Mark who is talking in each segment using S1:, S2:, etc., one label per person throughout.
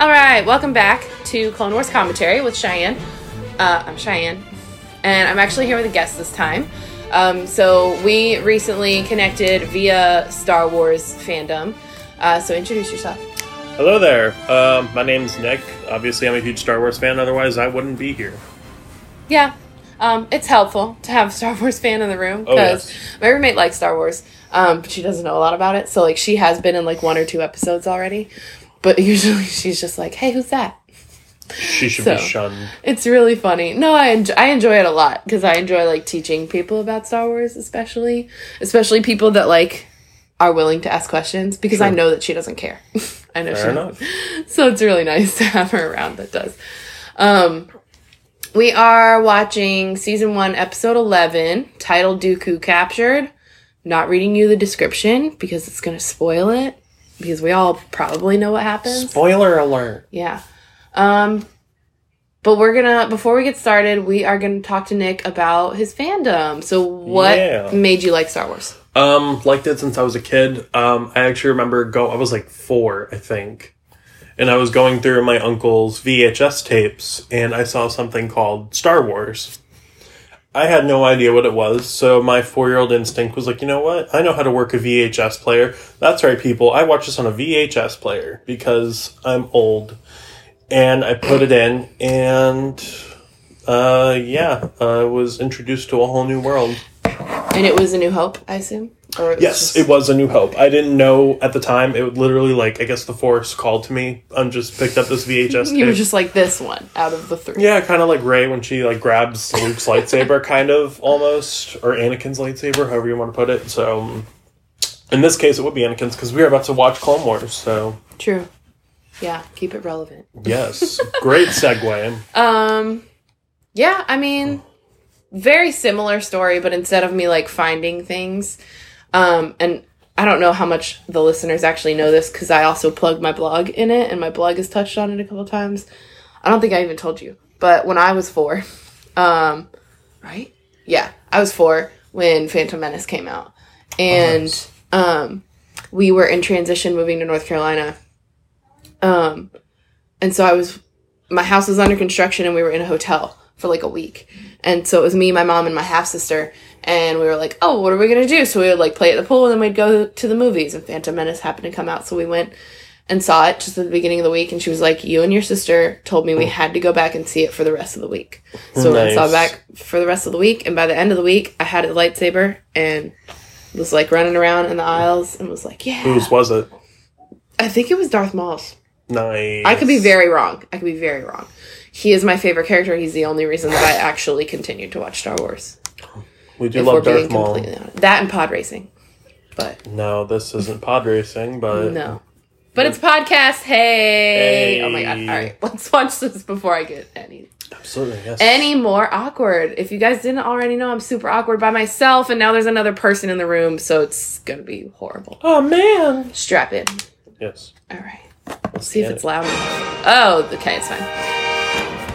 S1: right, welcome back to Clone Wars commentary with Cheyenne. Uh, I'm Cheyenne, and I'm actually here with a guest this time. Um, so we recently connected via Star Wars fandom. Uh, so introduce yourself.
S2: Hello there. Um, my name's Nick. Obviously, I'm a huge Star Wars fan. Otherwise, I wouldn't be here.
S1: Yeah, um, it's helpful to have a Star Wars fan in the room
S2: Oh,
S1: because
S2: yes.
S1: my roommate likes Star Wars, um, but she doesn't know a lot about it. So like, she has been in like one or two episodes already, but usually she's just like, "Hey, who's that?"
S2: She should be
S1: So.
S2: shunned.
S1: It's really funny. No, I enjoy, I enjoy it a lot because I enjoy like teaching people about Star Wars, especially especially people that like are willing to ask questions because I
S2: Sure.
S1: know that she doesn't care. I know
S2: Fair
S1: she
S2: enough.
S1: so it's really nice to have her around that does. Um, we are watching season one, episode 11, titled Dooku Captured. Not reading you the description because it's going to spoil it because we all probably know what happens.
S2: Spoiler alert.
S1: yeah. Um, but we're going to, before we get started, we are going to talk to Nick about his fandom. So, what
S2: Yeah.
S1: made you like Star Wars?
S2: Um, liked it since I was a kid. Um, I actually remember go. I was like four, I think, and I was going through my uncle's VHS tapes, and I saw something called Star Wars. I had no idea what it was, so my four-year-old instinct was like, you know what? I know how to work a VHS player. That's right, people. I watch this on a VHS player because I'm old, and I put it in, and uh, yeah, I was introduced to a whole new world.
S1: And it was A New Hope, I assume? Or it was
S2: Yes,
S1: just-
S2: it was a new hope. I didn't know at the time. It literally like I guess the force called to me. I'm just picked up this VHS.
S1: you were
S2: tape.
S1: just like this one out of the three.
S2: yeah, kind of like Ray when she like grabs Luke's lightsaber, kind of almost, or Anakin's lightsaber, however you want to put it. So, um, in this case, it would be Anakin's because we are about to watch Clone Wars. So,
S1: True. Yeah, keep it relevant.
S2: yes, great segue.
S1: Um yeah, I mean very similar story, but instead of me like finding things um and I don't know how much the listeners actually know this cuz I also plug my blog in it and my blog has touched on it a couple times. I don't think I even told you, but when I was 4, um right? Yeah, I was 4 when Phantom Menace came out. And
S2: Nice.
S1: um we were in transition moving to North Carolina. Um and so I was my house was under construction and we were in a hotel for like a week. And so it was me, my mom, and my half sister. And we were like, oh, what are we going to do? So we would like play at the pool and then we'd go to the movies. And Phantom Menace happened to come out. So we went and saw it just at the beginning of the week. And she was like, you and your sister told me we had to go back and see it for the rest of the week. So we went and saw it
S2: Nice.
S1: back for the rest of the week. And by the end of the week, I had a lightsaber and was like running around in the aisles and was like, yeah.
S2: Whose was it?
S1: I think it was Darth Maul's.
S2: Nice.
S1: I could be very wrong. I could be very wrong. He is my favorite character. He's the only reason that I actually continued to watch Star Wars.
S2: We do
S1: If
S2: love
S1: we're being
S2: Darth Maul.
S1: completely honest. That and pod racing. But
S2: No, this isn't pod racing, but
S1: no. But it's podcast. Hey.
S2: Hey.
S1: Oh my god. All right. Let's watch this before I get any
S2: absolutely yes.
S1: any more awkward. If you guys didn't already know, I'm super awkward by myself and now there's another person in the room, so it's going to be horrible.
S2: Oh man.
S1: Strap in.
S2: Yes.
S1: All right. Let's see if
S2: get
S1: it's loud enough. Oh, okay, it's fine.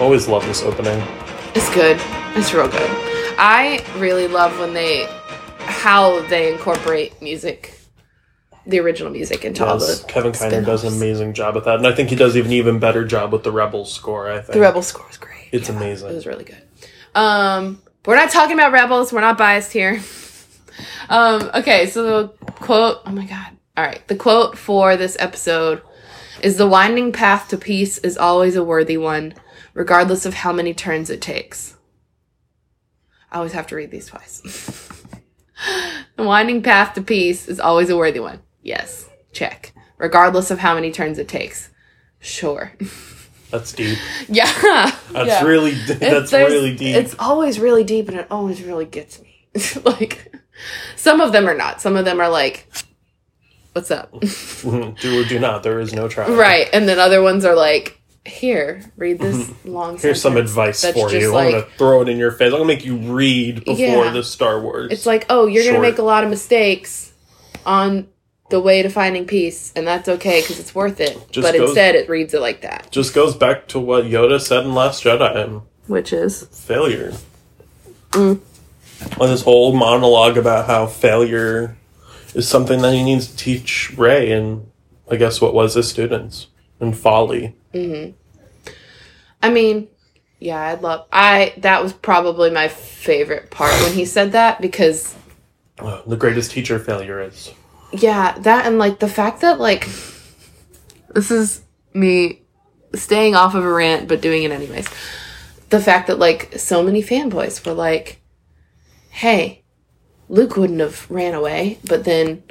S2: Always love this opening.
S1: It's good. It's real good. I really love when they how they incorporate music, the original music into all
S2: Yes,
S1: the
S2: Kevin Kiner does an
S1: spin-offs.
S2: amazing job with that, and I think he does even even better job with the Rebels score. I think
S1: The Rebel score was great.
S2: It's
S1: Yeah,
S2: amazing.
S1: It was really good. Um, we're not talking about Rebels. We're not biased here. um, okay, so the quote. Oh my god. All right, the quote for this episode is: "The winding path to peace is always a worthy one, regardless of how many turns it takes." I always have to read these twice. the winding path to peace is always a worthy one. Yes, check. Regardless of how many turns it takes. Sure.
S2: That's deep.
S1: yeah.
S2: That's
S1: Yeah.
S2: really that's
S1: there's-
S2: really deep.
S1: It's always really deep, and it always really gets me. like, some of them are not. Some of them are like, "What's up?"
S2: Mhm. do or do not. There is no try.
S1: right, and then other ones are like, "Here, read this long."
S2: Here's some
S1: sentence."
S2: advice
S1: That's
S2: for
S1: just
S2: you. I'm
S1: like-
S2: gonna throw it in your face. I'm gonna make you read before
S1: Yeah.
S2: the Star Wars.
S1: It's like, "Oh, you're gonna
S2: Short.
S1: make a lot of mistakes on the way to finding peace, and that's okay because it's worth it."
S2: Just
S1: but
S2: goes-
S1: instead, it reads it like that,
S2: just goes back to what Yoda said in Last Jedi:
S1: which is
S2: failure.
S1: Mm.
S2: Well, this whole monologue about how failure is something that he needs to teach Ray and I guess what was his students. and folly.
S1: hmm I mean, yeah, I love. I that was probably my favorite part when he said that because
S2: Uh, the greatest teacher failure is.
S1: yeah, that and like the fact that like this is me staying off of a rant but doing it anyways. The fact that like so many fanboys were like, "Hey, Luke wouldn't have ran away," but then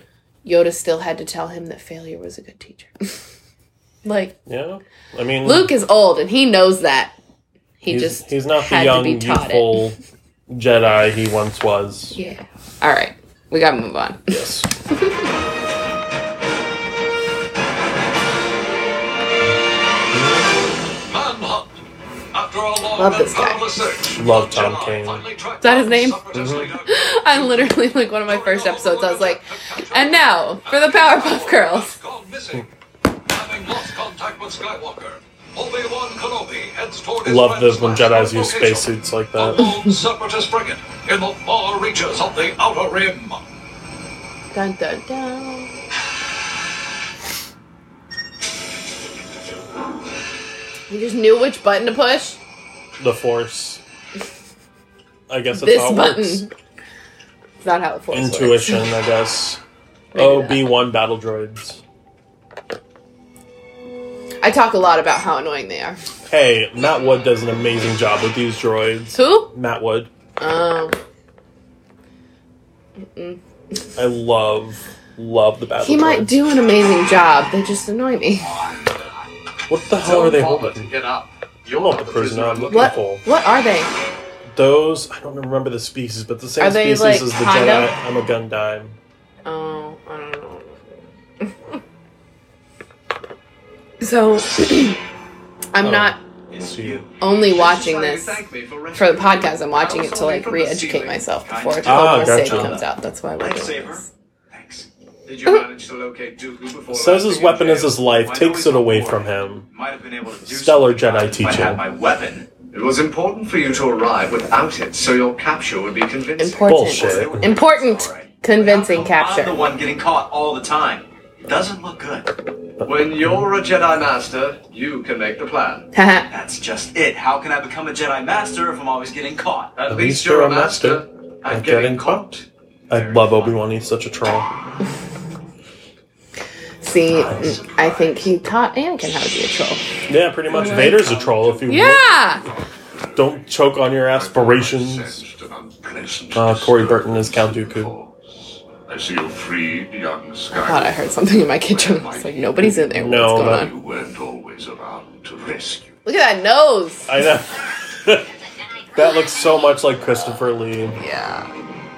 S1: Yoda still had to tell him that failure was a good teacher. like
S2: Yeah, I mean,
S1: Luke is old and he knows that. He
S2: he's,
S1: just
S2: he's not
S1: had to
S2: the young,
S1: be taught it.
S2: youthful Jedi he once was.
S1: Yeah. All right. We got to move on.
S2: Yes.
S3: Manhunt. After a long
S1: Love
S3: and
S1: this guy.
S3: perilous search,
S2: Love Tom Mm-hmm.
S3: Jedi
S2: Kane.
S3: finally tracked
S1: that
S3: down
S1: his name?
S3: the separatist leader.
S1: I'm literally like one of my first episodes. I was like, and now for the Powerpuff Girls.
S3: Gone missing. Having lost contact with Skywalker, Obi-Wan Kenobi heads toward his
S2: Love this
S3: friend's
S2: when
S3: last
S2: Jedi's use
S3: location,
S2: spacesuits uh, like
S3: A
S2: that.
S3: lone separatist frigate in the far reaches of the Outer Rim.
S1: Dun dun dun. You just knew which button to push.
S2: The Force. I guess that's
S1: this
S2: how it
S1: button.
S2: works.
S1: It's not how it force works.
S2: Intuition, I guess.
S1: Maybe
S2: Oh,
S1: that.
S2: B one battle droids.
S1: I talk a lot about how annoying they are.
S2: Hey, Matt Wood does an amazing job with these droids.
S1: Who?
S2: Matt Wood,
S1: Um.
S2: I love, love the battle.
S1: He might
S2: droids.
S1: do an amazing job. They just annoy me.
S2: What the hell are they holding?
S4: Get up.
S2: You're not the prisoner I'm looking
S1: What?
S2: for.
S1: What are they?
S2: Those I don't remember the species, but the same
S1: Are they,
S2: species
S1: like,
S2: as the
S1: Hondo?
S2: Jedi. I'm a Gundam.
S1: Oh, I don't know. so, I'm
S2: Oh.
S1: not
S2: See you.
S1: only watching this for
S4: for
S1: the podcast. I'm watching it to like re-educate myself before the
S2: Ah,
S1: whole gotcha.
S2: gotcha.
S1: comes out. That's why we're doing this.
S4: Thanks. Did you manage to locate Dooku before?
S2: Says
S4: landing
S2: his
S4: in
S2: weapon is
S4: jail?
S2: his life,
S4: Why
S2: takes it
S4: don't we
S2: away
S4: talk
S2: from
S4: more?
S2: him.
S4: Might have been able to do
S2: Stellar
S4: something
S2: Jedi
S4: if I
S2: teaching.
S4: had my weapon. It was important for you to arrive without it, so your capture would be convincing.
S1: Important.
S2: Bullshit.
S1: Important, convincing
S4: I'm the
S1: capture.
S4: one getting caught all the time. It doesn't look good. When you're a Jedi Master, you can make the plan.
S1: Haha.
S4: That's just it. How can I become a Jedi Master if I'm always getting caught? At,
S2: least you're a master.
S4: I'm,
S2: I'm
S4: getting,
S2: getting
S4: caught.
S2: I love Obi Wan. He's such a troll.
S1: See, mm, I think he taught Anakin how to be a troll.
S2: Yeah, pretty much. Vader's a troll. If you
S1: Yeah.
S2: look. don't choke on your aspirations. Uh, Corey Burton is Count Dooku.
S5: I see you freed, young Skywalker.
S1: I thought I heard something in my kitchen. I was like, nobody's in there.
S2: No,
S1: What's going
S2: but-
S1: on?
S5: You weren't always around to rescue.
S1: Look at that nose.
S2: I know. that looks so much like Christopher Lee.
S1: Yeah.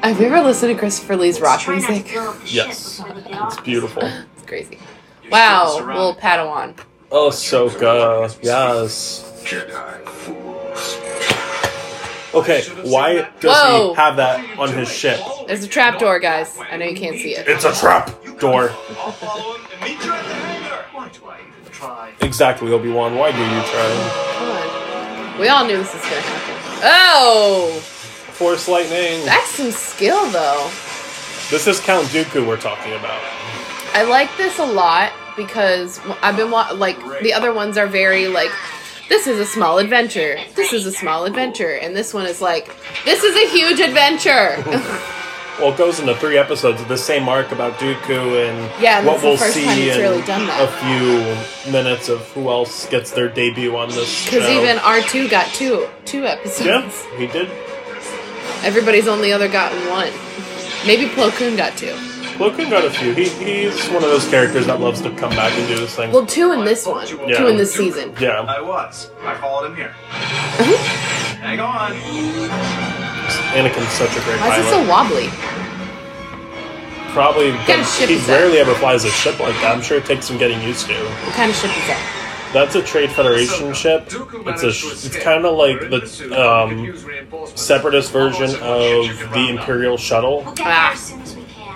S1: Have you ever listened to Christopher Lee's rock
S6: Try not to
S1: music?
S6: blow up the ship
S2: Yes.
S6: before we get
S2: It's
S6: off.
S2: beautiful.
S1: It's crazy. Wow,
S4: students
S1: little Padawan.
S2: Oh, Soka. Yes.
S5: Jedi fools.
S2: Okay, why does
S1: Whoa.
S2: he have that on his ship?
S1: There's a trap door, guys. I know you can't see it.
S2: It's a trap door.
S4: I'll follow him and meet you at the hangar. Why do I even try?
S2: Exactly, Obi Wan. Why do you try?
S1: Come on. We all knew this was gonna happen. Oh,
S2: Force lightning.
S1: that's some skill though.
S2: This is Count Dooku we're talking about.
S1: I like this a lot because I've been wa- like the other ones are very like this is a small adventure. This is a small adventure, and this one is like this is a huge adventure.
S2: Well, it goes into three episodes of the same arc about Dooku and
S1: Yeah, and that's
S2: what
S1: the
S2: we'll
S1: first
S2: see
S1: time it's
S2: in
S1: really done that.
S2: a few minutes of who else gets their debut on this show.
S1: Because even R two got two two episodes.
S2: yeah, he did.
S1: Everybody's only other gotten one. Maybe Plo Koon got two.
S2: Plo Koon got a few. He, he's one of those characters that loves to come back and do this thing.
S1: Well, two in this one.
S4: Yeah.
S1: Two in this season.
S2: yeah,
S4: I was. I followed him here. Hang on.
S2: Anakin's such a great
S1: Why
S2: pilot.
S1: is it so wobbly?
S2: Probably,
S1: kind of ship
S2: he
S1: is that?
S2: rarely ever flies a ship like that. I'm sure it takes some getting used to.
S1: What kind of ship is that?
S2: That's a Trade Federation ship. It's a, sh- it's kind of like the um, separatist version of the Imperial shuttle
S6: We'll get
S1: Ah.
S6: there as soon as we can.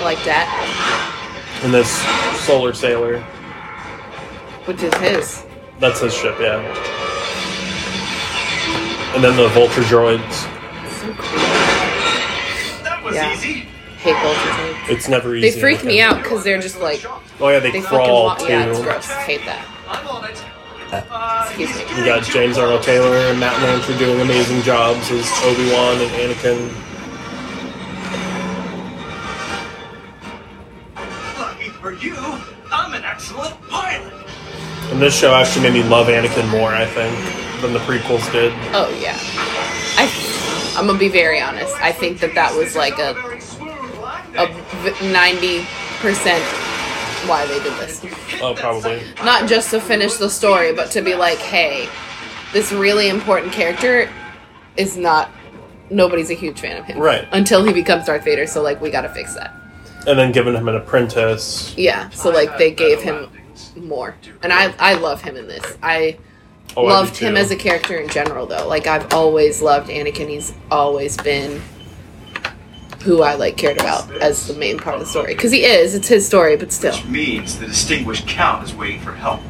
S1: I like that.
S2: and this Solar Sailor.
S1: Which is his.
S2: That's his ship, yeah. And then the Vulture droids.
S1: So cool.
S4: That was
S1: Yeah.
S4: easy.
S1: pig bulls or something.
S2: It's never easy.
S1: They
S2: to
S1: freak
S2: look
S1: me
S2: at.
S1: out because they're just like
S2: Oh yeah, they,
S1: they fucking
S2: crawl
S1: walk.
S2: too.
S1: Yeah, it's gross. Hate that.
S4: I'm on it.
S1: Excuse me.
S2: You got James Earl Taylor and Matt Lanter doing amazing jobs as Obi Wan and Anakin.
S4: Lucky for you, I'm an excellent pilot.
S2: And this show actually made me love Anakin more, I think, than the prequels did.
S1: Oh yeah. I I'm gonna be very honest. I think that that was like a a ninety percent why they did this.
S2: Oh, probably.
S1: Not just to finish the story, but to be like, hey, this really important character is not. Nobody's a huge fan of him,
S2: Right.
S1: Until he becomes Darth Vader, so like we gotta fix that.
S2: And then giving him an apprentice.
S1: Yeah, so like they gave him more, and I I love him in this. I
S2: Oh, I do
S1: loved him
S2: too.
S1: as a character in general though. Like I've always loved Anakin. He's always been who I like cared about as the main part of the story because he is. It's his story, but still.
S4: Which means the distinguished count is waiting for help.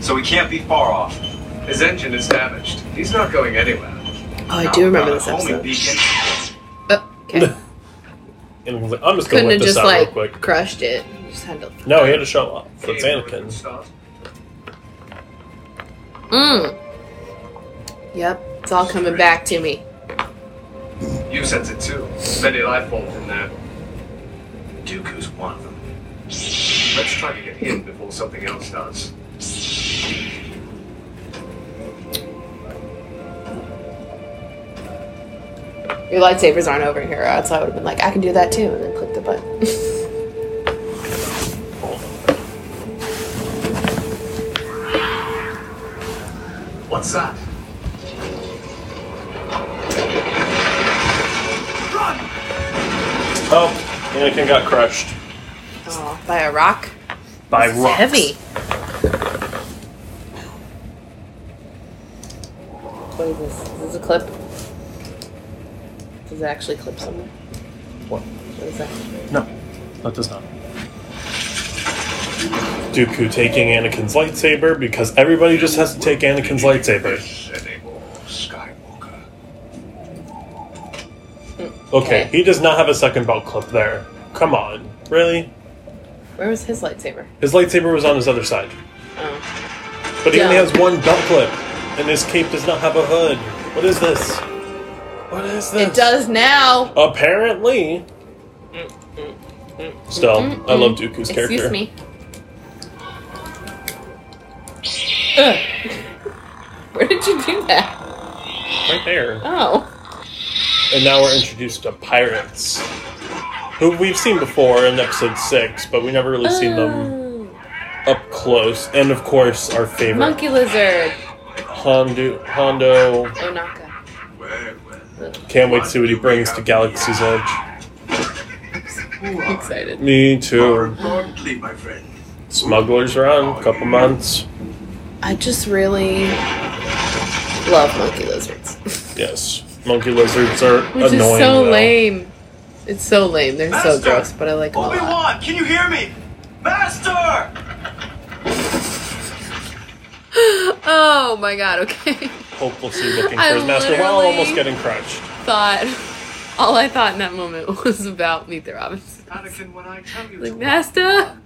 S4: So he can't be far off. His engine is damaged. He's not going anywhere.
S1: Oh, I do remember this episode. Uh, okay,
S2: And he was like, I'm just gonna
S1: couldn't
S2: whip
S1: have
S2: this
S1: just
S2: out
S1: like
S2: real quick.
S1: crushed it. Just had to.
S2: No, he had to show off. That's Anakin.
S1: Mm. Yep, it's all coming back to me.
S4: You sense it too. Many life forms in there. Dooku's one of them. Let's try to get him before something else does.
S1: Your lightsabers aren't over here, or else I would have been like, I can do that too, and then click the button.
S4: What's that?
S2: Oh, Anakin got crushed
S1: oh, by a rock.
S2: by
S1: It's
S2: rocks.
S1: Heavy. What is this? Is this a clip? Does it actually clip somewhere?
S2: What?
S1: What is that?
S2: No, that does not. Dooku taking Anakin's lightsaber because everybody just has to take Anakin's lightsaber.
S5: Anymore, Skywalker.
S2: Okay, he does not have a second belt clip there. Come on, really?
S1: Where was his lightsaber?
S2: His lightsaber was on his other side,
S1: Oh.
S2: but he only
S1: Yeah.
S2: has one belt clip, and his cape does not have a hood. What is this? What is this?
S1: It does now!
S2: Apparently. Still, I love Dooku's character.
S1: Excuse me. Ugh. Where did you do that?
S2: Right there.
S1: Oh.
S2: And now we're introduced to pirates, who we've seen before in episode six, but we never really seen them up close. And of course, our favorite
S1: Uh. Monkey lizard.
S2: Hondo. Hondo.
S1: Onaka.
S2: Can't wait to see what he brings to Galaxy's Edge.
S1: Excited.
S2: Me too.
S5: Broadly, my friend.
S2: Smugglers Run, couple months.
S1: I just really love monkey lizards.
S2: Yes, monkey lizards are
S1: Which
S2: annoying.
S1: is so
S2: though.
S1: lame. It's so lame. They're so
S4: Master!
S1: gross, but I like them a
S4: Obi
S1: lot.
S4: Wan, can you hear me? Master!
S1: Oh my god, okay.
S2: Hopelessly looking for
S1: I
S2: his master while
S1: literally-
S2: almost getting crushed.
S1: Thought all I thought in that moment was about Meet the Robinson.
S4: Anakin, when I tell you
S1: Like,
S4: to
S1: Nasta!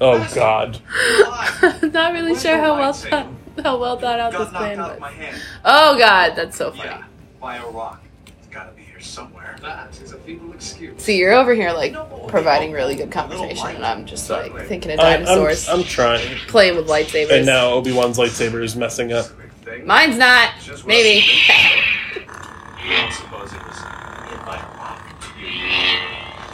S2: Oh God.
S4: fly,
S1: Not really
S4: Where's
S1: sure
S4: your
S1: how well
S4: lightsaber?
S1: thought how well thought out
S4: got
S1: this
S4: knocked
S1: plan
S4: out of my
S1: was.
S4: hand.
S1: Oh god, that's so funny.
S4: Yeah, by a rock. It's gotta be here somewhere. That is a feeble excuse.
S1: See, you're over here like
S4: No,
S1: providing
S4: no,
S1: really good
S4: no,
S1: conversation,
S4: light.
S1: and I'm just like
S4: Exactly.
S1: thinking of
S2: I, am
S1: dinosaurs,
S2: I'm trying.
S1: playing with lightsabers.
S2: And now Obi Wan's lightsaber is messing up.
S4: Thing.
S1: Mine's not.
S4: Just what
S1: Maybe.
S4: You don't suppose it was hit by a rock?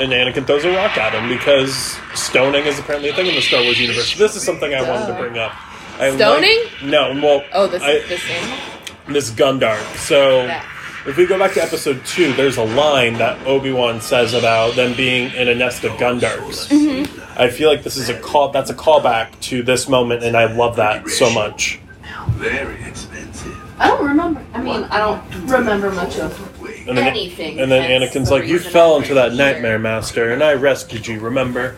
S2: And Anakin throws a rock at him because stoning is apparently a thing in the Star Wars universe. This is something I wanted to bring up. I like-
S1: Stoning?
S2: no, well,
S1: oh, this
S2: I,
S1: this animal.
S2: Miss Gundar. So,
S1: That.
S2: if we go back to episode two, there's a line that Obi Wan says about them being in a nest of Gundarks.
S1: Mm-hmm.
S2: I feel like this is a call. That's a callback to this moment, and I love that so much.
S5: Very expensive.
S1: I don't remember. I mean, I don't remember much of.
S5: Wait.
S2: And then,
S1: Anything
S2: And then
S1: that's
S2: Anakin's
S1: the
S2: like, "You
S1: reason
S2: fell
S1: I'm
S2: into that
S1: here."
S2: nightmare, Master, and I rescued you. Remember?"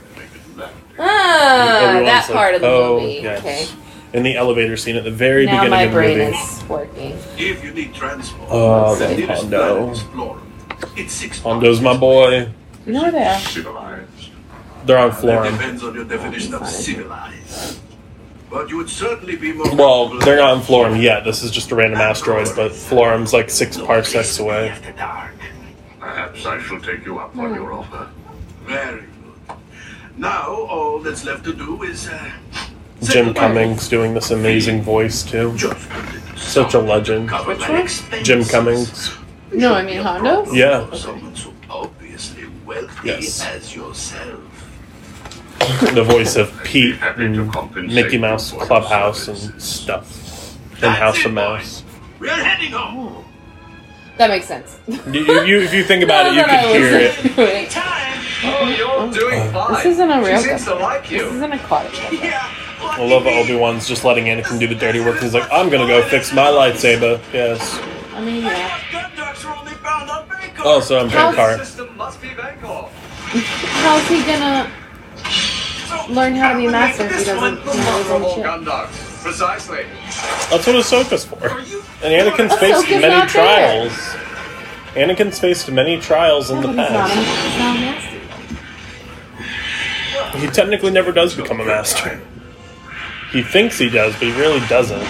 S1: Ah,
S2: Everyone's
S1: that
S2: like,
S1: part of the
S2: "Oh,
S1: movie.
S2: yes."
S1: Okay.
S2: In the elevator scene at the very
S1: Now
S2: beginning
S1: my
S2: of the
S1: brain
S2: movie.
S1: is working.
S5: If you need transport,
S2: Oh,
S5: the
S2: the
S5: nearest
S2: Hondo. Uh,
S5: planet is Florida. It's six
S2: Hondo's my boy.
S1: You know where they are.
S5: Civilized.
S2: They're on
S5: That
S2: Florum.
S5: depends on your definition of
S1: Fine.
S5: civilized. But you would certainly be more.
S2: Well, they're not on Florum yet. This is just a random asteroid, but Florum's like six parsecs away.
S5: After dark.
S3: Perhaps I shall take you up on
S1: Hmm.
S3: your offer.
S5: Very good. Now all that's left to do is. Uh,
S2: Jim Cummings doing this amazing voice too.
S5: Just
S2: Such a legend.
S5: cover
S1: Which
S5: my
S1: one?
S5: expenses.
S2: Jim Cummings.
S1: No, I mean Hondo.
S2: Yeah.
S5: Someone so obviously wealthy
S2: Yes.
S5: as yourself.
S2: The voice of Pete in Mickey Mouse Clubhouse and stuff. And House of Mouse.
S5: We're heading home.
S1: That makes sense.
S2: You, you, you- if you think about it, you can hear it.
S1: it.
S5: Time.
S4: Oh, you're doing fine.
S1: This isn't a real
S4: She seems to
S1: guy.
S4: like
S1: This is
S4: you.
S1: an aquatic. show.
S5: Yeah. what
S2: I love
S5: do you
S2: Obi
S5: mean?
S2: Wan's just letting Anakin do the dirty work. He's like, I'm gonna go fix my lightsaber. Yes.
S1: I mean, yeah.
S5: Conducts are only found on Bangkok.
S2: Oh, so I'm
S1: House-
S2: Jim Car.
S4: System must be Bangkok.
S1: How's he gonna?
S5: So,
S1: learn how to be
S5: would make
S1: master if he
S5: this
S1: doesn't- he
S5: one the
S1: doesn't
S5: model.
S4: Honorable
S1: shit.
S4: Gundogs. Precisely.
S2: That's what Ahsoka's for.
S5: Are you-
S2: And Anakin's faced
S1: Ahsoka's
S2: many
S1: not there.
S2: trials. Anakin's faced many trials in
S1: But
S2: the
S1: he's not. a-
S2: past.
S1: He's not nasty.
S2: He technically never does become a master. He thinks he does, but he really doesn't.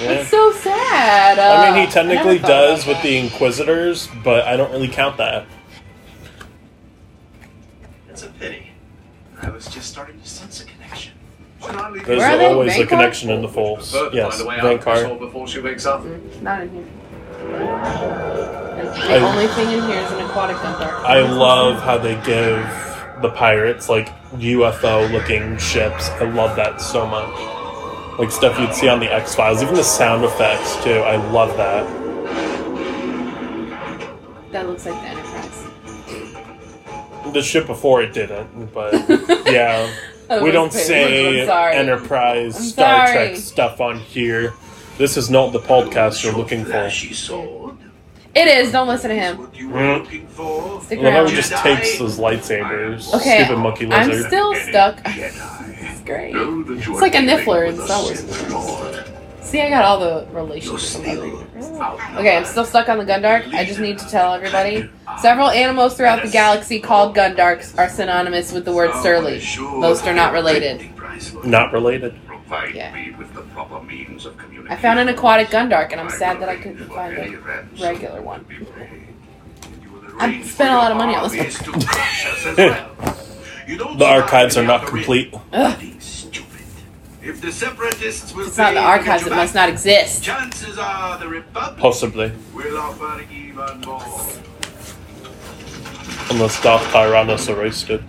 S1: It's so sad.
S2: Yeah.
S1: It's so sad.
S2: I mean,
S1: Uh,
S2: he
S1: never
S2: technically
S1: thought
S2: does
S1: about
S2: with
S1: that.
S2: the Inquisitors, but I don't really count that.
S4: It's a pity. I was just starting to sense a connection. Should I leave
S2: There's
S1: Where are they?
S2: always a
S1: Vanguard?
S2: connection in the Falls.
S4: Prefer to
S2: Yes, Mm-hmm.
S4: find a way out of this hole
S2: Vankar.
S4: before she wakes up.
S1: Not in here. Like,
S2: I-
S1: the only thing in here is an aquatic dark.
S2: I love how they give the pirates like UFO looking ships. I love that so much. Like stuff you'd see on the X Files, even the sound effects too. I love that.
S1: that looks like the Enterprise.
S2: The ship before it didn't, but yeah.
S1: Oh,
S2: we
S1: it's pink.
S2: don't say
S1: I'm sorry.
S2: Enterprise
S1: I'm
S2: Star
S1: sorry.
S2: Trek stuff on here. This is not the podcast you're
S5: Your
S2: looking for.
S5: flashy sword
S1: It is. Don't listen to
S5: is
S1: him.
S5: what you were
S2: Mm.
S5: looking for.
S1: Stick
S2: Well,
S1: around.
S2: Whoever just
S5: Jedi.
S2: takes those lightsabers,
S1: Okay,
S2: stupid monkey
S1: I'm
S2: lizard.
S1: still
S5: Any
S1: stuck.
S5: Jedi.
S1: It's great.
S5: Know that you
S1: It's
S5: are
S1: like a
S5: dealing
S1: Niffler
S5: with
S1: in
S5: a
S1: Star Wars.
S5: Sith Lord.
S1: See, I got all the
S5: You're
S1: relationships.
S5: still outnumbered.
S1: Okay, I'm still stuck on the Gundark. I just need to tell everybody. Several animals throughout the galaxy called Gundarks are synonymous with the word surly. Most are not related.
S2: Not related.
S3: Provide
S1: Yeah.
S3: me with the proper means of
S1: I
S3: communication.
S1: found an aquatic Gundark, and I'm sad that I couldn't find a regular one. I've spent a lot of money on this
S5: Is to crush us as well. You don't
S2: The archives are
S5: survive
S2: not
S5: without
S2: complete.
S5: being stupid. If the separatists will
S1: It's not the
S5: fail to get
S1: archives.
S5: you
S1: It must
S5: back,
S1: not exist.
S5: Chances are the Republic
S2: Possibly.
S5: will offer even more.
S2: Unless Darth Tyrannus erased it.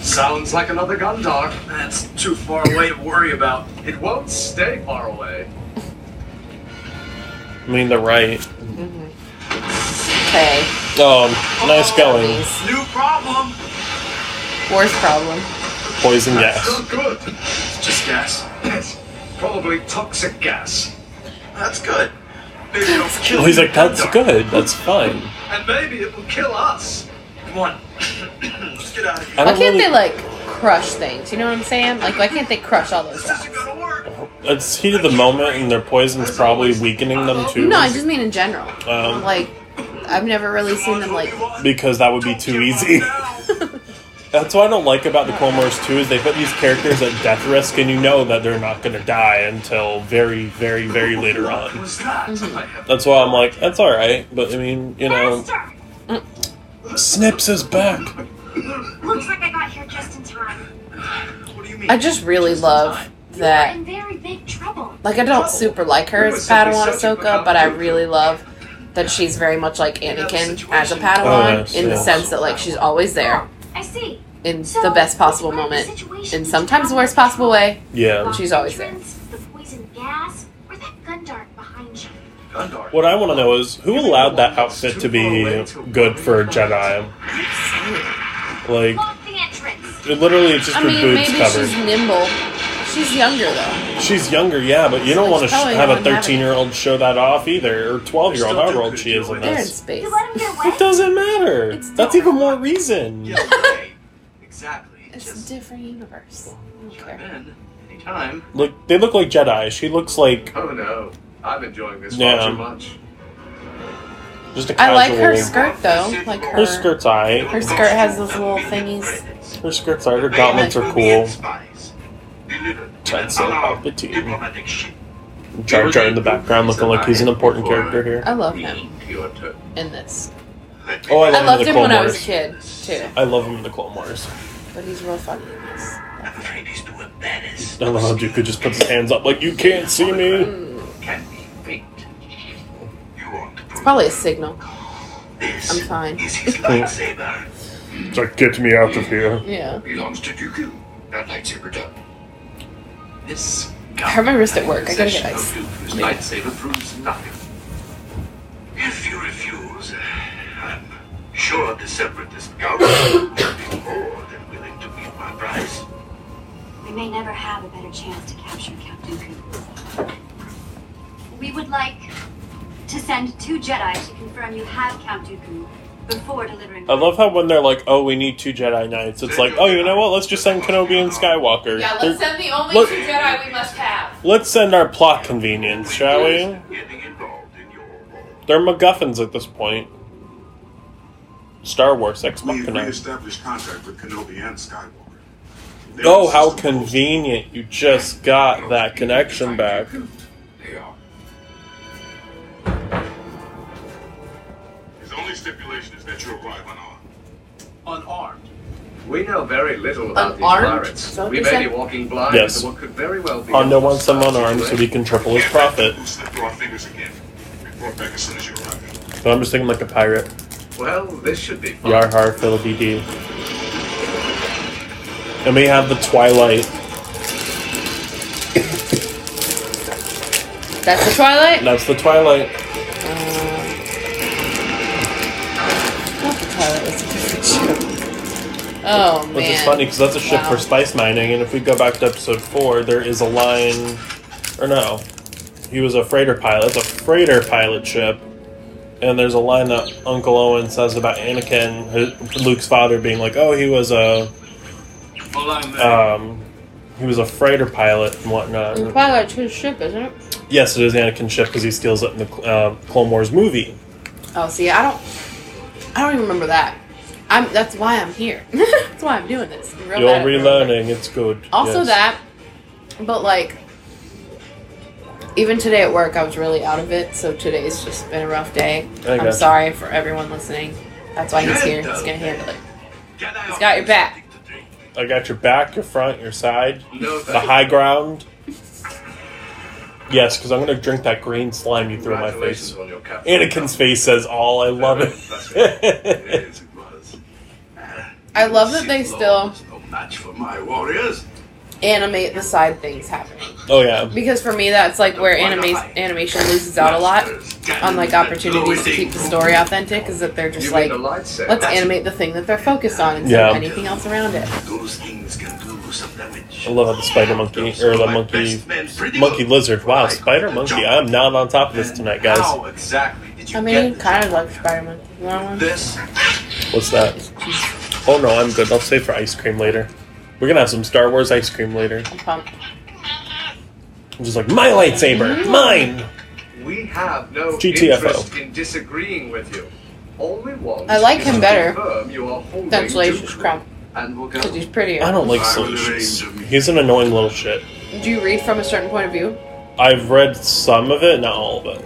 S4: Sounds like another Gundog. That's too far away to worry about. It won't stay far away.
S2: I mean, they're right.
S1: Okay.
S2: Oh, nice going.
S5: New problem.
S1: Worst problem.
S2: Poison
S4: Still
S2: gas.
S4: good. It's just gas. Yes. Probably toxic gas.
S5: That's good. Maybe it'll kill
S2: Well, he's
S5: you.
S2: like, that's good. That's fine.
S4: And maybe it will kill us. Come on.
S5: Let's get out of here.
S2: I
S1: Why can't
S2: don't really.
S1: they like crush things? You know what I'm saying? Like why can't they crush all those
S5: This
S1: stuff?
S5: isn't gonna work.
S2: It's heat of the moment, and their poison's probably weakening them too.
S1: No, I just mean in general.
S2: Um,
S1: like I've never really seen them like
S2: Because that would be too easy. That's what I don't like about the Clone Wars 2 is they put these characters at death risk, and you know that they're not going to die until very, very, very later on.
S4: What's that?
S1: Mm-hmm.
S4: I have
S2: That's why I'm like, that's all right, but I mean, you know, Snips is back.
S6: Looks like I got here just in time.
S5: What do you mean?
S1: I just really love
S6: We're
S1: that
S6: in very big trouble.
S1: like I don't super like her as Padawan Ahsoka, but I really love that she's very much like Anakin as a
S2: Oh,
S1: Padawan
S2: yes,
S1: in the
S2: yes.
S1: sense that like she's always there
S6: I see.
S1: in
S6: So,
S1: the best possible
S6: what part of the
S1: moment
S6: situation
S1: in
S6: did
S1: sometimes
S6: you
S1: the worst possible way.
S2: Yeah.
S1: She's always there.
S6: Entrance, The poison gas, or that gun dart behind you.
S4: Gundog.
S2: What I want to know is who allowed that outfit to be good for a Jedi? Like,
S6: Lock the entrance.
S2: it literally it's just
S1: I
S2: her
S1: mean,
S2: boobs
S1: maybe
S2: covered.
S1: she's nimble. She's younger though.
S2: She's, younger, yeah, but you don't
S1: She's
S2: want to
S1: probably
S2: have a
S1: not having it.
S2: 13 year old show that off either, or 12 year old,
S4: Still do
S2: however old
S4: good
S2: she is in
S4: joy.
S1: They're in
S2: this.
S1: space.
S6: You let him get away?
S2: It doesn't matter.
S1: It's
S2: That's even more reason.
S4: Yeah, right. Exactly.
S1: It's a
S4: Just
S1: different universe. I don't
S4: chime
S1: care.
S4: in anytime.
S2: Like, they look like Jedi. She looks like
S4: Oh no. I'm enjoying this
S2: Yeah. um,
S4: far too much.
S2: Just a
S1: I like
S2: casual-
S1: her skirt though. Like her,
S2: Her skirt's
S1: her
S2: alright.
S1: skirt has those little thingies.
S2: Her skirt's alright. Her gauntlets are cool. That's so Palpatine. Jar Jar in the background looking like he's an important character here.
S1: I love him
S4: Your turn.
S1: in this.
S2: Oh, I love
S1: I
S2: him in
S1: loved
S2: the
S1: him
S2: Clone
S1: when I was a
S2: Wars.
S1: kid too,
S2: I love him in the Clone Wars.
S1: but he's real funny in this.
S5: I'm afraid he's too embarrassed.
S2: I love how Dooku just puts his hands up like, you can't see me.
S5: Can be faked. You want to
S1: It's
S5: prove
S1: probably a signal.
S5: this?
S1: I'm fine.
S5: Is his lightsaber?
S2: It's like, get me out of here.
S1: Yeah,
S3: Belongs to Dooku. That lightsaber does.
S4: This
S1: I have my wrist at work. I gotta get ice.
S4: Dooku's lightsaber proves nothing.
S5: If you refuse, I'm sure the separatist government will be more than willing to meet my price.
S6: We may never have a better chance to capture Count Dooku. We would like to send two Jedi to confirm you have Count Dooku before delivering.
S2: I love how when they're like, oh, we need two Jedi Knights, it's like, oh, you know what? Let's just send Kenobi and Skywalker. They're-
S1: send the only
S2: Look- two
S1: Jedi we must have.
S2: let's send our plot convenience, shall we?
S5: Getting involved in your war.
S2: They're MacGuffins at this point. Star Wars Ex
S7: We've
S2: Machina.
S7: re-established contact with Kenobi and Skywalker. They
S2: Oh, how
S7: insist on-
S2: convenient you just got that connection back.
S3: They are.
S7: His only stipulation is that you arrive unarmed.
S5: Unarmed.
S4: We know very little about
S1: Unarmed?
S4: these
S1: Is that
S4: pirates.
S1: what
S4: We
S1: you
S4: may
S1: said?
S4: be walking blind
S2: Yes.
S4: to what could very well be.
S2: Hondo wants them unarmed so he can triple his profit.
S7: Who slipped through our fingers again? Report back as soon as you arrive.
S2: So I'm just thinking like a pirate.
S4: Well, this should be fun.
S2: Yar har Phil BD. And we have the Twilight.
S1: That's the Twilight.
S2: That's the Twilight.
S1: Not the Twilight. It's a different show. Oh man.
S2: Which is funny because that's a ship
S1: Wow.
S2: for spice mining, and if we go back to episode four, there is a line, or no, he was a freighter pilot. It's a freighter pilot ship, and there's a line that Uncle Owen says about Anakin, his, Luke's father, being like, "Oh, he was a, um, he was a freighter pilot and whatnot."
S1: It's probably like two ship, isn't it?
S2: Yes, it is Anakin's ship because he steals it in the uh, Clone Wars movie.
S1: Oh, see, I don't, I don't even remember that. I'm. That's why I'm here. that's why I'm doing this. I'm real bad
S2: You're
S1: at remembering.
S2: relearning. It's good.
S1: Also
S2: yes.
S1: that, but like, even today at work, I was really out of it. So today's just been a rough day.
S2: I
S1: I'm
S2: gotcha.
S1: sorry for everyone listening. That's why he's here. He's gonna handle it. He's got your back.
S2: I got your back, your front, your side.
S4: No,
S2: The high ground. Yes, because I'm gonna drink that green slime you threw in my
S4: Congratulations
S2: face.
S4: on your capture.
S2: Anakin's face says all. I love it.
S5: Yes, it was.
S1: I love that they
S5: Sith
S1: still
S5: Lords, No match for my warriors.
S1: animate the side things happening
S2: oh yeah.
S1: because for me, that's like where anime animation loses out a lot on like opportunities to keep the story authentic. Is that they're
S4: You
S1: just
S4: mean
S1: like.
S4: the lightsaber?
S1: Let's animate the thing that they're focused on instead
S2: Yeah.
S1: of anything else around it.
S5: Those things can do some damage.
S2: I love how the spider monkey or the monkey monkey lizard. Wow, spider monkey. I'm not on top of this tonight, guys.
S5: How exactly did you
S1: I
S5: get
S1: mean,
S5: this?
S1: kind of like Spider-Man. You want one?
S5: this?
S2: What's that? Oh no, I'm good. I'll save for ice cream later. We're gonna have some Star Wars ice cream later.
S1: I'm pumped.
S2: I'm just like my
S4: Mm-hmm.
S2: lightsaber, mine.
S4: We have no
S2: GTFO.
S4: interest in disagreeing with you. All we want
S1: I like
S4: is
S1: him
S4: to
S1: better
S4: confirm you are holding
S1: That's Lacious
S4: Dooku,
S1: Crown
S4: And we'll go.
S1: because he's prettier.
S2: I don't like solutions. He's an annoying little shit.
S1: Do you read from a certain point of view?
S2: I've read some of it, not all of it.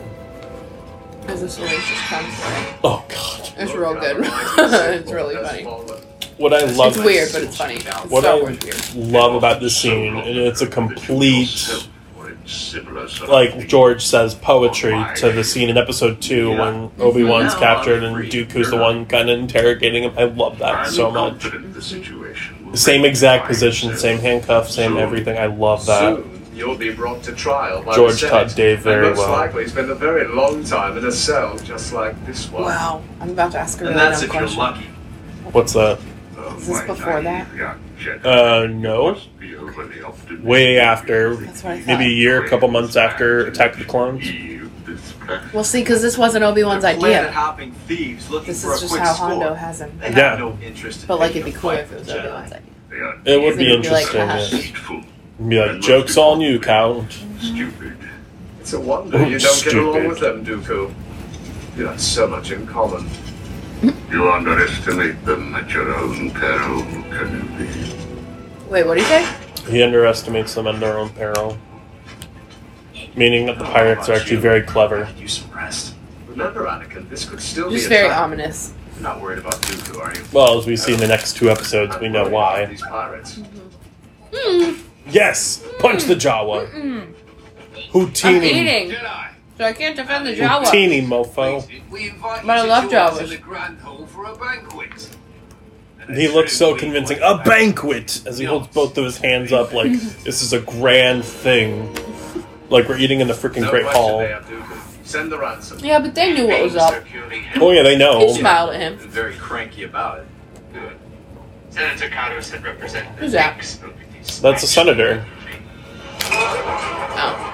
S1: Because this Salacious Crown story.
S2: Oh god.
S1: It's real
S4: Look,
S1: good.
S4: otherwise
S1: it's really
S4: has
S1: funny.
S4: fallen.
S2: What I love
S1: It's weird, but it's funny. It's
S2: what
S1: Star
S2: I
S1: Wars weird.
S2: love about this scene, and it's a complete like
S5: George.
S2: George says poetry to the scene in episode two when Obi Wan's
S1: Mm-hmm.
S2: captured and Dooku's the one kind of interrogating him. I love that so much. Same exact position, same handcuff, same everything. I love that.
S4: Soon you'll be brought to trial by
S2: George
S4: the Senate,
S2: taught Dave very
S4: and most
S2: well.
S4: likely spend a very long time in a cell just like this one.
S1: Wow, I'm about to ask her
S5: And
S1: really
S5: that's
S1: dumb
S5: if you're
S1: question.
S5: lucky.
S2: What's that?
S1: Is this before that?
S2: Uh, no. Way after,
S1: That's what I thought.
S2: maybe a year, a couple months after Attack of the Clones.
S1: Well, see, because this wasn't Obi Wan's
S5: Planet
S1: idea.
S5: hopping thieves looking
S1: This
S5: for
S1: is
S5: a
S1: just
S5: quick
S1: how
S5: score.
S1: Hondo has him.
S5: They
S2: Yeah.
S5: have no interest in
S1: But like,
S5: taking
S1: it'd be
S5: a
S1: cool
S5: fight
S1: if it
S5: with
S1: was
S5: the
S1: Obi
S5: Jedi.
S1: Wan's idea.
S2: It would
S1: Isn't
S2: be
S1: it be like, uh,
S2: interesting.
S1: haha.
S2: yeah. Be like, joke's all new, Count.
S4: It's It's a wonder
S2: Oh,
S4: you don't get along
S2: stupid.
S4: with them, Dooku. You have so much in common.
S5: You underestimate them at your own peril, Kenobi.
S1: Wait, what do you say?
S2: He underestimates them at their own peril. Meaning that the pirates are actually very clever.
S4: You some rest. Remember, Anakin, this could still
S1: Just
S4: be a
S1: very
S4: trap.
S1: ominous.
S4: Not worried about Dooku, are you?
S2: Well, as we see in the next two episodes, we know
S4: Not worried about
S2: why.
S4: These pirates.
S2: Yes! Punch the Jawa!
S1: I'm
S2: Houtini.
S1: eating,
S3: Jedi,
S1: so I can't defend the Jawa.
S2: Houtini, mofo.
S3: we invite
S1: But I
S3: you to
S1: love
S3: join us
S1: Jawas.
S3: in the grand hall for a banquet.
S2: He looks so convincing. A banquet! As he holds both of his hands up, like, this is a grand thing. Like, we're eating in the freaking
S4: No
S2: Great
S4: question
S2: Hall.
S4: they have Dooku. Send the ransom.
S1: Yeah, but they knew what was
S5: Sir
S1: up.
S5: Curie,
S2: Oh, yeah, they
S1: He
S2: know.
S1: smiled at him.
S4: They're very cranky about it.
S5: Good. Senator Carter said represent the
S1: Who's that?
S5: next of these
S2: That's a senator.
S1: Oh,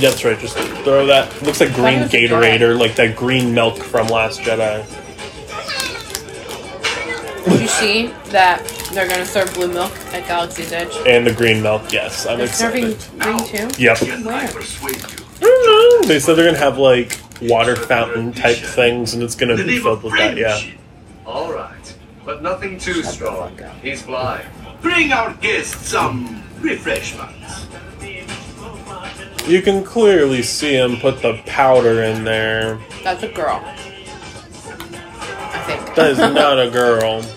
S2: That's right, just throw that. Looks like green
S1: Why does it
S2: Gatorade or like that green milk from Last Jedi.
S1: did you see that they're gonna serve blue milk at Galaxy's Edge?
S2: And the green milk, yes. I'm
S1: They're serving
S2: excited.
S1: green too.
S2: Yep.
S5: Yet I
S1: Where?
S5: persuade you.
S2: I don't know. They said they're gonna have like water fountain type things, and it's gonna
S5: The
S2: be
S5: name
S2: filled
S5: of
S2: with that. Yeah.
S5: friendship.
S4: All right, but nothing too strong.
S1: fuck up.
S4: He's blind.
S5: Bring our guests some refreshments.
S2: You can clearly see him put the powder in there.
S1: That's a girl. I think.
S2: That is not a girl.
S1: Look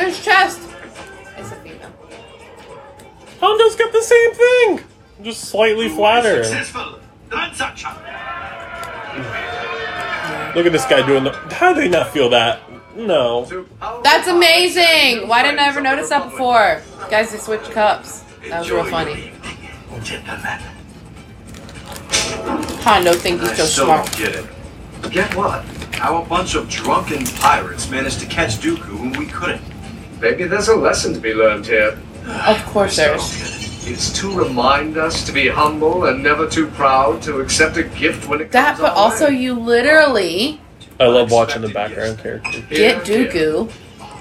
S1: at his chest. It's a female.
S2: Hondo's got the same thing, just slightly flatter.
S5: Successful transaction.
S2: Look at this guy doing the. How do they not feel that? No.
S4: To our
S1: That's
S4: allies
S1: amazing.
S4: and
S1: Why didn't I
S4: friends
S1: ever
S4: of the
S1: notice that
S4: Republic.
S1: before? Guys, they switched cups. That was
S5: Enjoy
S1: real
S5: your
S1: funny.
S5: evening, Gentlemen.
S1: Hondo think he's so
S4: I still
S1: smart.
S4: don't get it. Get what? How a bunch of drunken pirates managed to catch Dooku when we couldn't. Maybe there's a lesson to be learned here.
S1: Of course there is.
S4: It's to remind us to be humble and never too proud to accept a gift when it
S1: That,
S4: comes
S1: but
S4: our
S1: also
S4: way.
S1: you literally
S2: I love watching the background character.
S1: get
S4: Here, here.
S1: Dooku,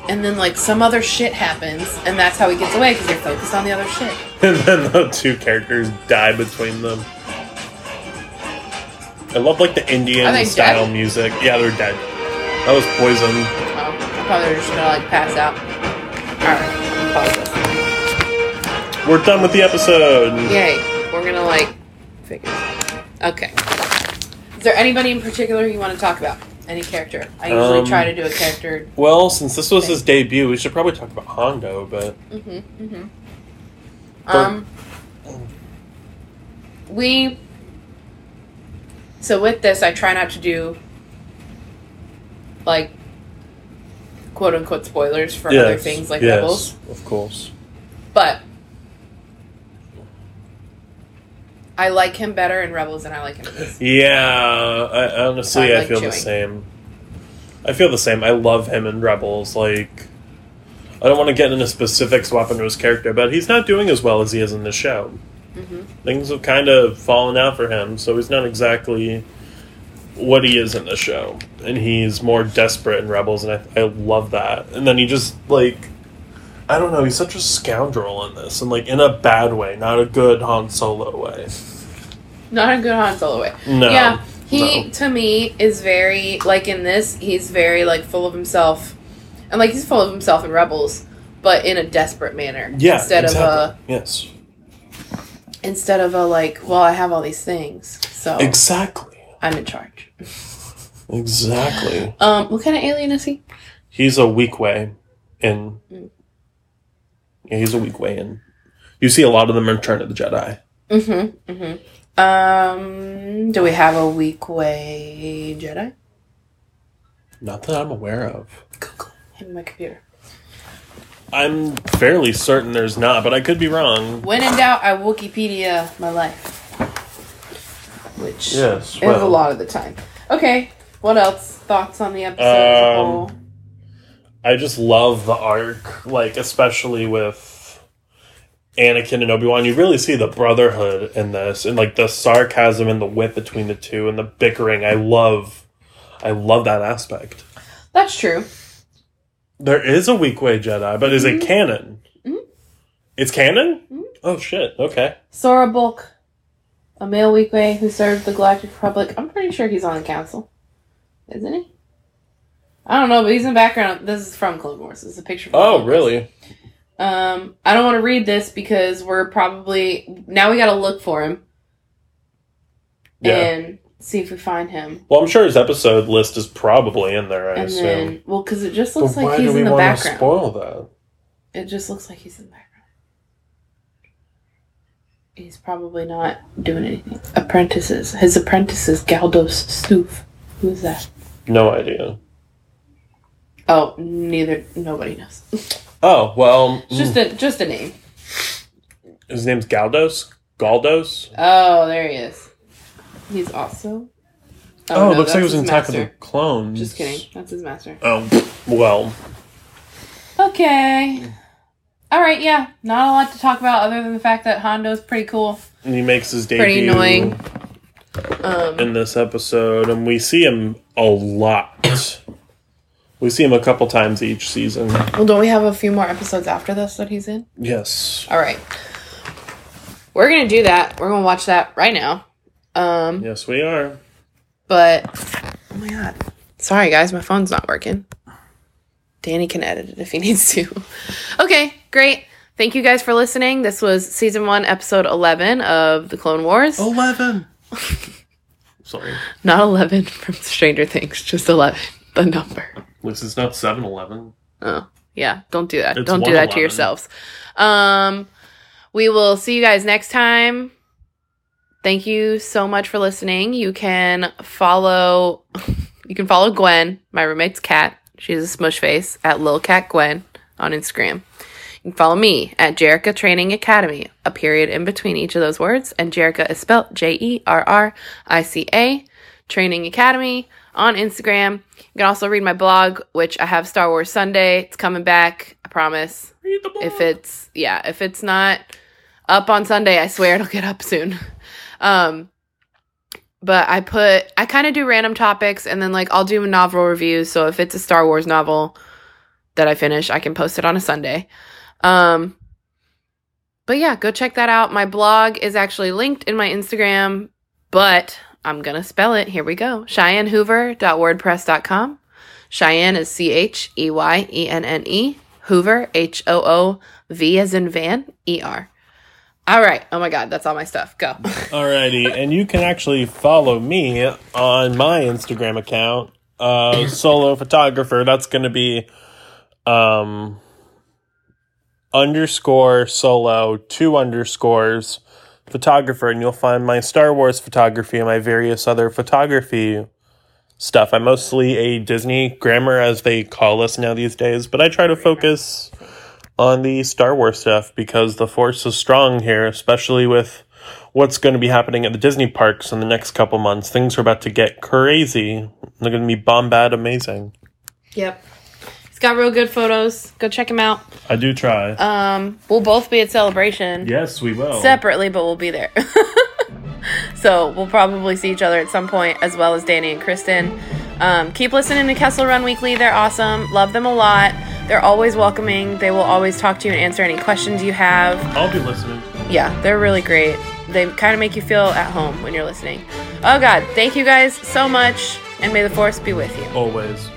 S1: and then like some other shit happens, and that's how he gets away because you're focused on the other shit.
S2: and then the two characters die between them. I love like the
S1: Are
S2: Indian
S1: they
S2: style
S1: dead?
S2: music. Yeah, they're dead. That was poison.
S1: Oh, probably they're just gonna like pass out. All right, pause this.
S2: We're done with the episode.
S1: Yay. We're gonna like figure. Okay. Is there anybody in particular you want to talk about? Any character? I usually
S2: Um,
S1: try to do a character.
S2: Well, since this was his debut, we should probably talk about Hondo, but
S1: hmm hmm Um. We. So with this, I try not to do. Like. Quote unquote spoilers for other
S2: Yes,
S1: things like
S2: yes,
S1: Rebels.
S2: Of course.
S1: But I like him better in Rebels than I like him in this.
S2: Yeah, I, honestly,
S1: I
S2: I,
S1: like
S2: feel
S1: Chewie.
S2: the same. I feel the same. I love him in Rebels. Like, I don't want to get into specifics what happened to his character, but he's not doing as well as he is in the show.
S1: Mm-hmm.
S2: Things have kind of fallen out for him, so he's not exactly what he is in the show. And he's more desperate in Rebels, and I, I love that. And then he just, like, I don't know, he's such a scoundrel in this, and, like, in a bad way, not a good Han Solo way.
S1: Not a good Han Solo way.
S2: No.
S1: yeah, he
S2: no.
S1: to me is very like in this. He's very like full of himself, and like he's full of himself in Rebels, but in a desperate manner.
S2: Yeah,
S1: Instead of uh,
S2: exactly. yes,
S1: a instead of a like, well, I have all these things,
S2: Oh.
S1: so
S2: exactly,
S1: I'm in charge.
S2: exactly.
S1: Um, what kind of alien is he?
S2: He's a weak way in. Yeah, he's a weak way in. You see a lot of them in Return of the Jedi.
S1: Mm-hmm. Mm-hmm. Um, do we have a weak way Jedi?
S2: Not that I'm aware of.
S1: Google in my computer.
S2: I'm fairly certain there's not, but I could be wrong.
S1: When in doubt, I Wikipedia my life, which
S2: Yes,
S1: is a
S2: well.
S1: lot of the time. Okay, what else? Thoughts on the episode as a
S2: Um,
S1: whole?
S2: I just love the arc, like especially with Anakin and Obi Wan. You really see the brotherhood in this, and like the sarcasm and the wit between the two, and the bickering. I love, I love that aspect.
S1: That's true.
S2: There is a weak way Jedi, but is it
S1: Mm-hmm.
S2: canon? It's canon? Oh shit! Okay.
S1: Sora Bulk. a male weakway who served the Galactic Republic. I'm pretty sure he's on the council, isn't he? I don't know, but he's in the background. This is from Clone Wars. This is a picture. From
S2: Oh,
S1: Clone Wars.
S2: really?
S1: Um, I don't want to read this because we're probably now we got to look for him
S2: Yeah.
S1: and see if we find him,
S2: well, I'm sure his episode list is probably in there. I
S1: and
S2: assume.
S1: then well, because it just
S2: but
S1: looks
S2: why
S1: like
S2: do
S1: he's
S2: we
S1: in the
S2: want
S1: background.
S2: to spoil that?
S1: It just looks like he's in the background. He's probably not doing anything. Apprentices. His apprentice is Galdos Stoof. Who is that?
S2: No idea.
S1: Oh, neither. Nobody knows.
S2: Oh well,
S1: It's just
S2: Mm.
S1: a just a name.
S2: his name's Galdos. Galdos.
S1: Oh, there he is. He's also.
S2: Oh,
S1: no,
S2: looks like
S1: that's
S2: it was
S1: his
S2: in Attack of the
S1: master.
S2: Clones.
S1: Just kidding. That's his master.
S2: Oh well,
S1: Okay. All right. Yeah. Not a lot to talk about other than the fact that Hondo's pretty cool.
S2: and he makes his debut.
S1: Pretty annoying. Um.
S2: in this episode, and we see him a lot. we see him a couple times each season.
S1: Well, don't we have a few more episodes after this that he's in?
S2: Yes.
S1: All right. We're going to do that. We're going to watch that right now. Um,
S2: Yes, we are.
S1: But, oh my God. Sorry, guys. My phone's not working. Danny can edit it if he needs to. okay, great. Thank you guys for listening. This was season one, episode 11 of The Clone Wars.
S2: Eleven. Sorry, at
S1: Not 11 from Stranger Things, just 11, the number.
S2: least it's not Seven Eleven.
S1: Oh, yeah. Don't do that.
S2: It's
S1: don't do that
S2: 111.
S1: to yourselves. Um, we will see you guys next time. Thank you so much for listening. You can follow you can follow Gwen, my roommate's cat. She's a smush face at Lil Cat Gwen on Instagram. You can follow me at Jerica Training Academy, a period in between each of those words, and Jerica is spelled E J-E-R-R-I-C-A Training Academy on Instagram. You can also read my blog, which I have Star Wars Sunday. It's coming back, I promise.
S2: Read the book.
S1: If it's yeah, if it's not up on Sunday, I swear it'll get up soon. Um but I put I kind of do random topics and then like I'll do novel reviews, so if it's a Star Wars novel that I finish, I can post it on a Sunday. Um but yeah, go check that out. My blog is actually linked in my Instagram, but I'm going to spell it. Here we go. CheyenneHoover.wordpress.com. Cheyenne is C H E Y E N N E. Hoover, H O O V as in van, E R. All right. Oh my God, that's all my stuff. Go.
S2: Alrighty, and you can actually follow me on my Instagram account, uh, solo photographer. That's going to be um, underscore solo two underscores photographer, and you'll find my Star Wars photography and my various other photography stuff. I'm mostly a Disney grammar, as they call us now these days, but I try to focus on the Star Wars stuff because the Force is strong here, especially with what's going to be happening at the Disney parks in the next couple months. Things are about to get crazy. They're going to be bombad amazing.
S1: Yep. He's got real good photos. Go check him out.
S2: I do try.
S1: Um, we'll both be at Celebration
S2: yes, we will.
S1: separately, but we'll be there. so we'll probably see each other at some point, as well as Danny and Kristen. Um, keep listening to Kessel Run Weekly. They're awesome. Love them a lot. They're always welcoming. They will always talk to you and answer any questions you have.
S2: I'll be listening.
S1: yeah, they're really great. They kind of make you feel at home when you're listening. Oh, God. Thank you guys so much, and may the force be with you.
S2: Always.